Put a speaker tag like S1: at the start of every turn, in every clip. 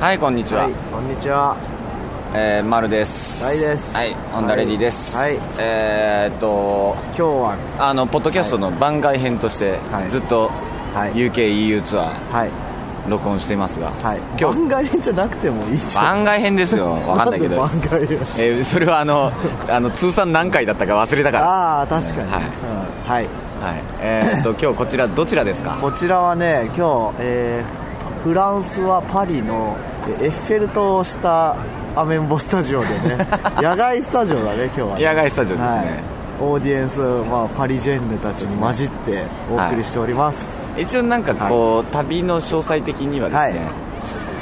S1: はいこんにちは、
S2: はい、こんにちは。
S1: えー、まるです
S2: 大です。
S1: はいホンダレディです
S2: はい。今
S1: えー、っと
S2: 日は、
S1: あのポッドキャストの番外編として、
S2: はい
S1: ずっと
S2: はい
S1: UKEU ツアー
S2: はい。
S1: 録音していますが、
S2: はい。
S1: 今日
S2: 番外編じゃなくてもいいじゃ
S1: 番
S2: ん。
S1: 外編ですよわかんないけど
S2: なんで番外編。
S1: えーそれはあのあの通算何回だったか忘れたか
S2: ああ、確かに。
S1: はい
S2: うんはい。
S1: ら、はいえー、っ と今日こちらどちらですか
S2: こちらはね、今日、えーフランスはパリのえエッフェル塔をしたアメンボスタジオで ね、野外スタジオだね、今日は、ね。
S1: 野外スタジオですね
S2: はい。オーディエンス、まあ、パリジェンヌたちに混じってお送りしております。
S1: 一応なんかこう、旅の詳細的にはですね、
S2: はい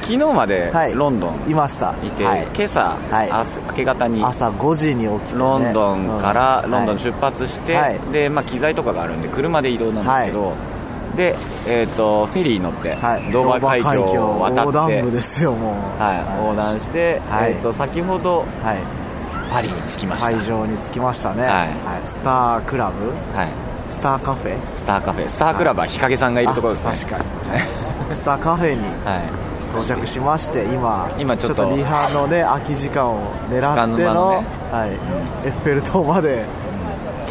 S1: 昨日まで
S2: はい
S1: ロンドン
S2: いました。
S1: いて、
S2: はい
S1: 今朝、
S2: はい
S1: あ明け方に
S2: 朝5時に起きて、ね、
S1: ロンドンから
S2: うん
S1: ロンドン
S2: はい
S1: 出発して、
S2: はい
S1: でまあ、機材とかがあるんで車で移動なんですけど、で、えー、とフェリーに乗って、
S2: はい、
S1: ドーバー海峡を渡
S2: 横
S1: っ
S2: 断
S1: て
S2: 部ですよもう
S1: はい、横断して、
S2: はい
S1: えー、と先ほど
S2: はい、
S1: パリに着きました、
S2: 会場に着きましたね、
S1: はい
S2: はいスタークラブ
S1: はい、
S2: スターカフェ
S1: スターカフェスタークラブは日陰さんがいるところですね
S2: あ確かに スターカフェに
S1: はい
S2: 到着しまして今
S1: 今ちょっと
S2: リハのね空き時間を狙って
S1: 時間
S2: の
S1: の間のね
S2: はい、エッフェル塔まで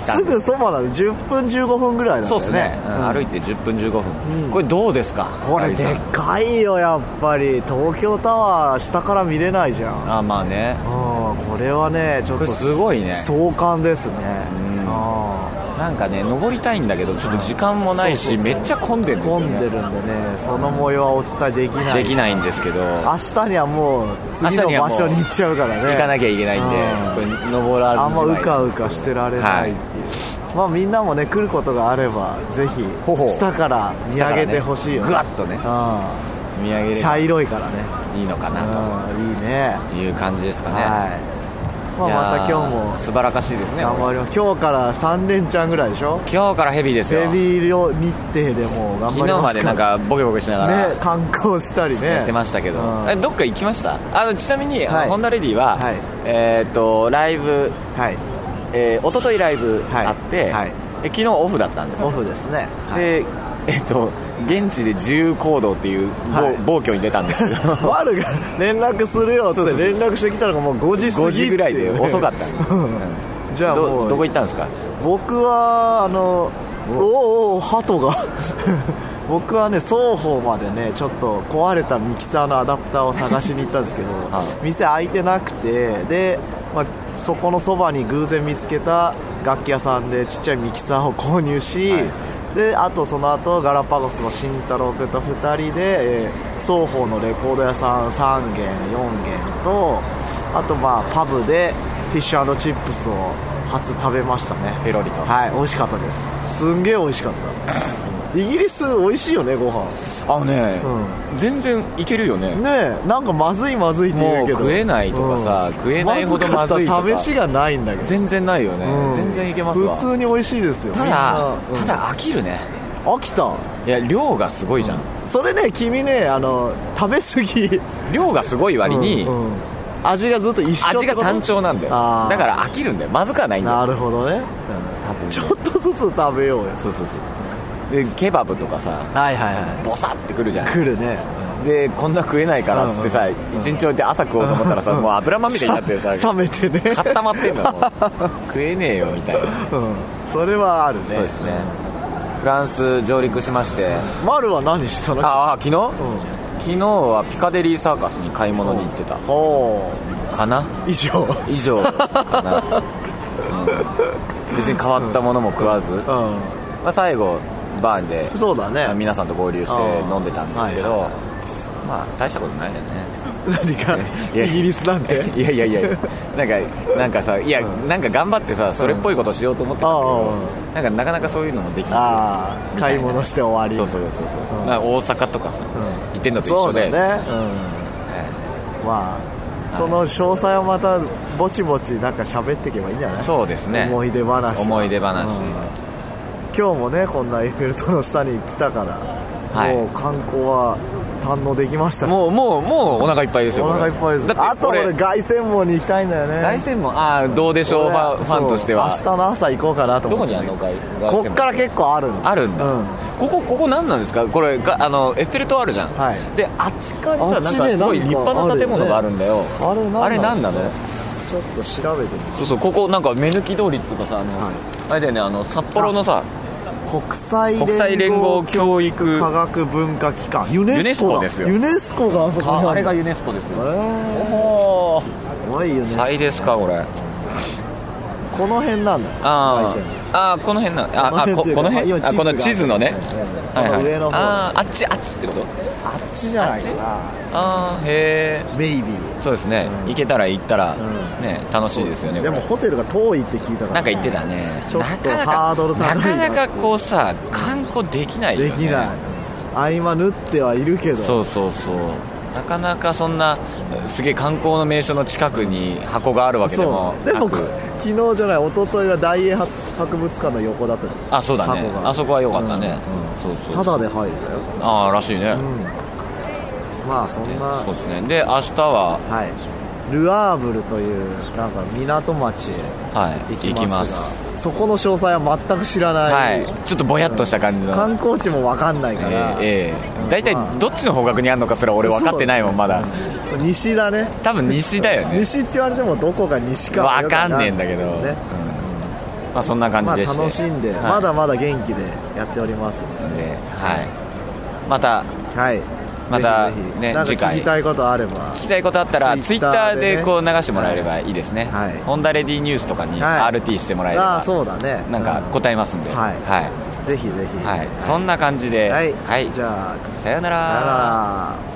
S1: たん
S2: す
S1: です
S2: ぐそばなんで10分15分ぐらいなんだ
S1: そう
S2: よ
S1: で
S2: ね
S1: すね、うん
S2: うん
S1: 歩いて10分15分、
S2: うん
S1: これどうですか
S2: これ
S1: 高
S2: で
S1: 木さん
S2: かいよやっぱり東京タワー下から見れないじゃん
S1: あーまあね
S2: うんこれはねちょっ
S1: ことれすごいね
S2: 壮観ですね
S1: ん
S2: あ
S1: なんかね登りたいんだけどちょっと時間もないし、
S2: そうそうそう
S1: めっちゃ混んでるんですよ、ね、
S2: 混んでるんでねその模様はお伝えできない
S1: できないんですけど
S2: 明日にはもう次
S1: 明日
S2: の
S1: にはもう
S2: 場所に行っちゃうからね
S1: 行かなきゃいけないん
S2: うん
S1: で、これ登らず
S2: あんまう
S1: じま
S2: かうかしてられないっていう、まあみんなもね来ることがあればぜひ
S1: ほほ
S2: 下から見上げてほしいよ、
S1: ぐわっとね
S2: う
S1: 見上げれ
S2: ん、茶
S1: ばい
S2: 色いからね
S1: いのかな
S2: うんいいね
S1: という感じですかね、
S2: はい、ま
S1: いや
S2: あ、
S1: ー
S2: また今日も
S1: 素晴らしいですね
S2: 頑張ります今日から3連チャンぐらいでしょ
S1: 今日からヘビーですよ
S2: ヘビー量日程でもう頑張
S1: 昨
S2: り
S1: 日
S2: ま
S1: ますでなんかボケボケしながら
S2: ね観光したりね
S1: やってましたけど、
S2: うん
S1: えどっか行きましたあのちなみに、あの
S2: はい
S1: ホンダレディは、
S2: はい
S1: えっ、とライブ、
S2: はい
S1: えー、一昨日ライブ
S2: はい
S1: あって、
S2: はい
S1: え昨日オフだったんです
S2: オフですねはい
S1: で、えっと、現地で自由行動っていう暴,、
S2: はい
S1: 暴挙に出たんですけど
S2: ワルが連絡するよって連絡してきたのがもう5時過ぎ
S1: 5時ぐらいで遅かった
S2: た、うん じゃあも
S1: ど
S2: う
S1: どこ行ったんですか
S2: 僕はあのおおお鳩が 僕はね双方までねちょっと壊れたミキサーのアダプターを探しに行ったんですけど、
S1: はい
S2: 店開いてなくてで、まあ、そこのそばに偶然見つけた楽器屋さんでちっちゃいミキサーを購入し、
S1: はい
S2: であとその後ガラパゴスの慎太郎君と2人で、えー双方のレコード屋さん3軒4軒とあとまあパブでフィッシュチップスを初食べましたね
S1: ペロリと
S2: はい、美味しかったです。すんげえ美味しかった。 イギリス美味しいよね、ご飯。
S1: あのね、
S2: う
S1: 全然いけるよね
S2: ねえ、なんかまずいまずいって言うけど。
S1: もう食えないとかさ食えないほどまずいとか
S2: まずった試しがないんだけど。
S1: 全然ないよね、
S2: うん
S1: 全然いけますわ
S2: 普通に美味しいですよ。
S1: ただ、
S2: みん
S1: た、
S2: な
S1: だ飽きるね
S2: うん飽きた。
S1: いや量がすごいじゃん、
S2: それね、君ね、あの、食べ過ぎ。
S1: 量がすごい割に、
S2: うんうん味がずっと一緒ってこと
S1: 味が単調なんだよ
S2: あー
S1: だから飽きるんだよまずくはないんだよ
S2: なるほどね。
S1: 多分
S2: ちょっとずつ食べようよ。
S1: そうそうそうでケバブとかさ
S2: はいはいは
S1: ボサってくるじゃん
S2: 来るね。
S1: でこんな食えないからっつってさ、
S2: う
S1: 一日置いて朝食おうと思ったらさ、もう油まみれになってる さ
S2: 冷めてね。
S1: 固まってん だもう食えねえよみたいな
S2: うん。それはあるね。
S1: そうですねフランス上陸しまして
S2: 丸は何したの
S1: ああ昨日、
S2: うん
S1: 昨日はピカデリーサーカスに買い物に行ってた
S2: おお
S1: かな
S2: 以上
S1: 以上かな、うん別に変わったものも食わず、ま
S2: う
S1: あ、最後バーで
S2: んそうだね
S1: 皆さんと合流して飲んでたんですけど、
S2: はい
S1: まあ大したことないよね
S2: 何か
S1: いや
S2: イギリスなんて
S1: いやいやいやなんかなんかさいや、なんか頑張ってさそれっぽいことしようと思ってたけど、なんかなかなかそういうのもできない
S2: ああ買い物して終わり
S1: そうそうそうそう、
S2: うん
S1: なんか大阪とかさ、
S2: ん
S1: 行ってんのと一緒で
S2: そうだねうんまあその詳細はまたぼちぼちなんか喋っていけばいいんじゃない
S1: そうですね
S2: 思い出話は
S1: 思い出話
S2: うん今日もねこんなエッフェル塔の下に来たから
S1: はい
S2: もう観光は堪能できましたし
S1: もうもうもうお腹いっぱいですよ
S2: お腹いっぱいです
S1: だ
S2: あ
S1: って
S2: と俺
S1: 俺
S2: 凱旋門に行きたいんだよね
S1: 大専門ああどうでしょうファンファンとしては
S2: そう明日の朝行こうかなと
S1: ど
S2: 思
S1: こに
S2: って
S1: あるのか
S2: こっから結構あるん
S1: あるんだ、
S2: うん
S1: ここここ何なんですかこれがあのエッフェル塔あるじゃん、
S2: はい
S1: であっち側
S2: あっ
S1: に
S2: ち
S1: さな
S2: ね
S1: んかすごい立派な建物があるんだよ
S2: あれなんだ
S1: あれ何なの
S2: ちょっと調べてみま
S1: そうそうここなんか目抜き通りっていうかさあの、
S2: はい
S1: あれだよねあの札幌のさ
S2: す国際
S1: 国際連合教育
S2: 科学文化機関ユ
S1: ネ
S2: ネ
S1: ス
S2: ス
S1: コ
S2: コ
S1: ですよ
S2: ユネスコがあそこに
S1: ああれ
S2: る
S1: がユネスコですよ
S2: え
S1: おお
S2: ーすごいユネスコ
S1: 最ですかこれ
S2: この辺なんだ
S1: あ
S2: 凱旋門
S1: ーあーこの辺なああこ
S2: っていうか
S1: この辺
S2: 今
S1: あこの地図のね
S2: がこの上の方あ
S1: あーあっちあっちってこと
S2: っちじゃないか
S1: ああへえ
S2: なベイビー
S1: そうですね、行けたら行ったら、
S2: ん
S1: ね楽しいですよね
S2: でも
S1: こ
S2: ホテルが遠いって聞いたから
S1: れなんか言ってたね
S2: ちょっ
S1: な
S2: と
S1: かなか
S2: ハードル高い
S1: な
S2: なって
S1: かなかこうさ観光できないよ、ね、
S2: できない合間縫ってはいるけど
S1: そうそうそうなかなかそんなすげえ観光の名所の近くに箱があるわけでも
S2: そうで
S1: な
S2: も
S1: く
S2: 昨日じゃない一昨日は大英博物館の横だったの
S1: あそうだね
S2: 箱が
S1: あそこは良かったね、
S2: うん
S1: そうそう
S2: ただで入れたよ
S1: ああらしいね、
S2: うんまあそんな
S1: そうですねで明日は
S2: はいルアーブルというなんか港町へ
S1: はい行
S2: 行き
S1: きま
S2: ますすがそこの詳細は全く知らな、
S1: はいいちょっとぼやっとした感じの、
S2: 観光地も分かんない
S1: え
S2: から、
S1: えええ大体どっちの方角にあるのかすら俺分かってないもんまだ
S2: 西だね
S1: 多分西だよね、
S2: 西って言われてもどこが西かは
S1: 分
S2: よくわ
S1: かんねえんだけど、
S2: ね
S1: まあそんな感
S2: ま
S1: じ
S2: あ
S1: でして、
S2: 楽しんで、
S1: はい
S2: まだまだ元気でやっております
S1: ではいまた
S2: はい
S1: また
S2: ぜひぜひ
S1: ね
S2: なんか
S1: 次回
S2: 聞きたいことあれば
S1: 聞きたいことあったらツイッタ
S2: Twitter
S1: ー
S2: でね
S1: でこう流してもらえればいいですね、
S2: はい
S1: ホンダレディニュースとかに
S2: はい
S1: RT してもらえれば、
S2: ああそうだね
S1: なんか答えますんで、
S2: うん
S1: は
S2: はいいぜひぜひ
S1: はいそんな感じで
S2: は
S1: はいい
S2: じゃあ
S1: さよな
S2: さよなら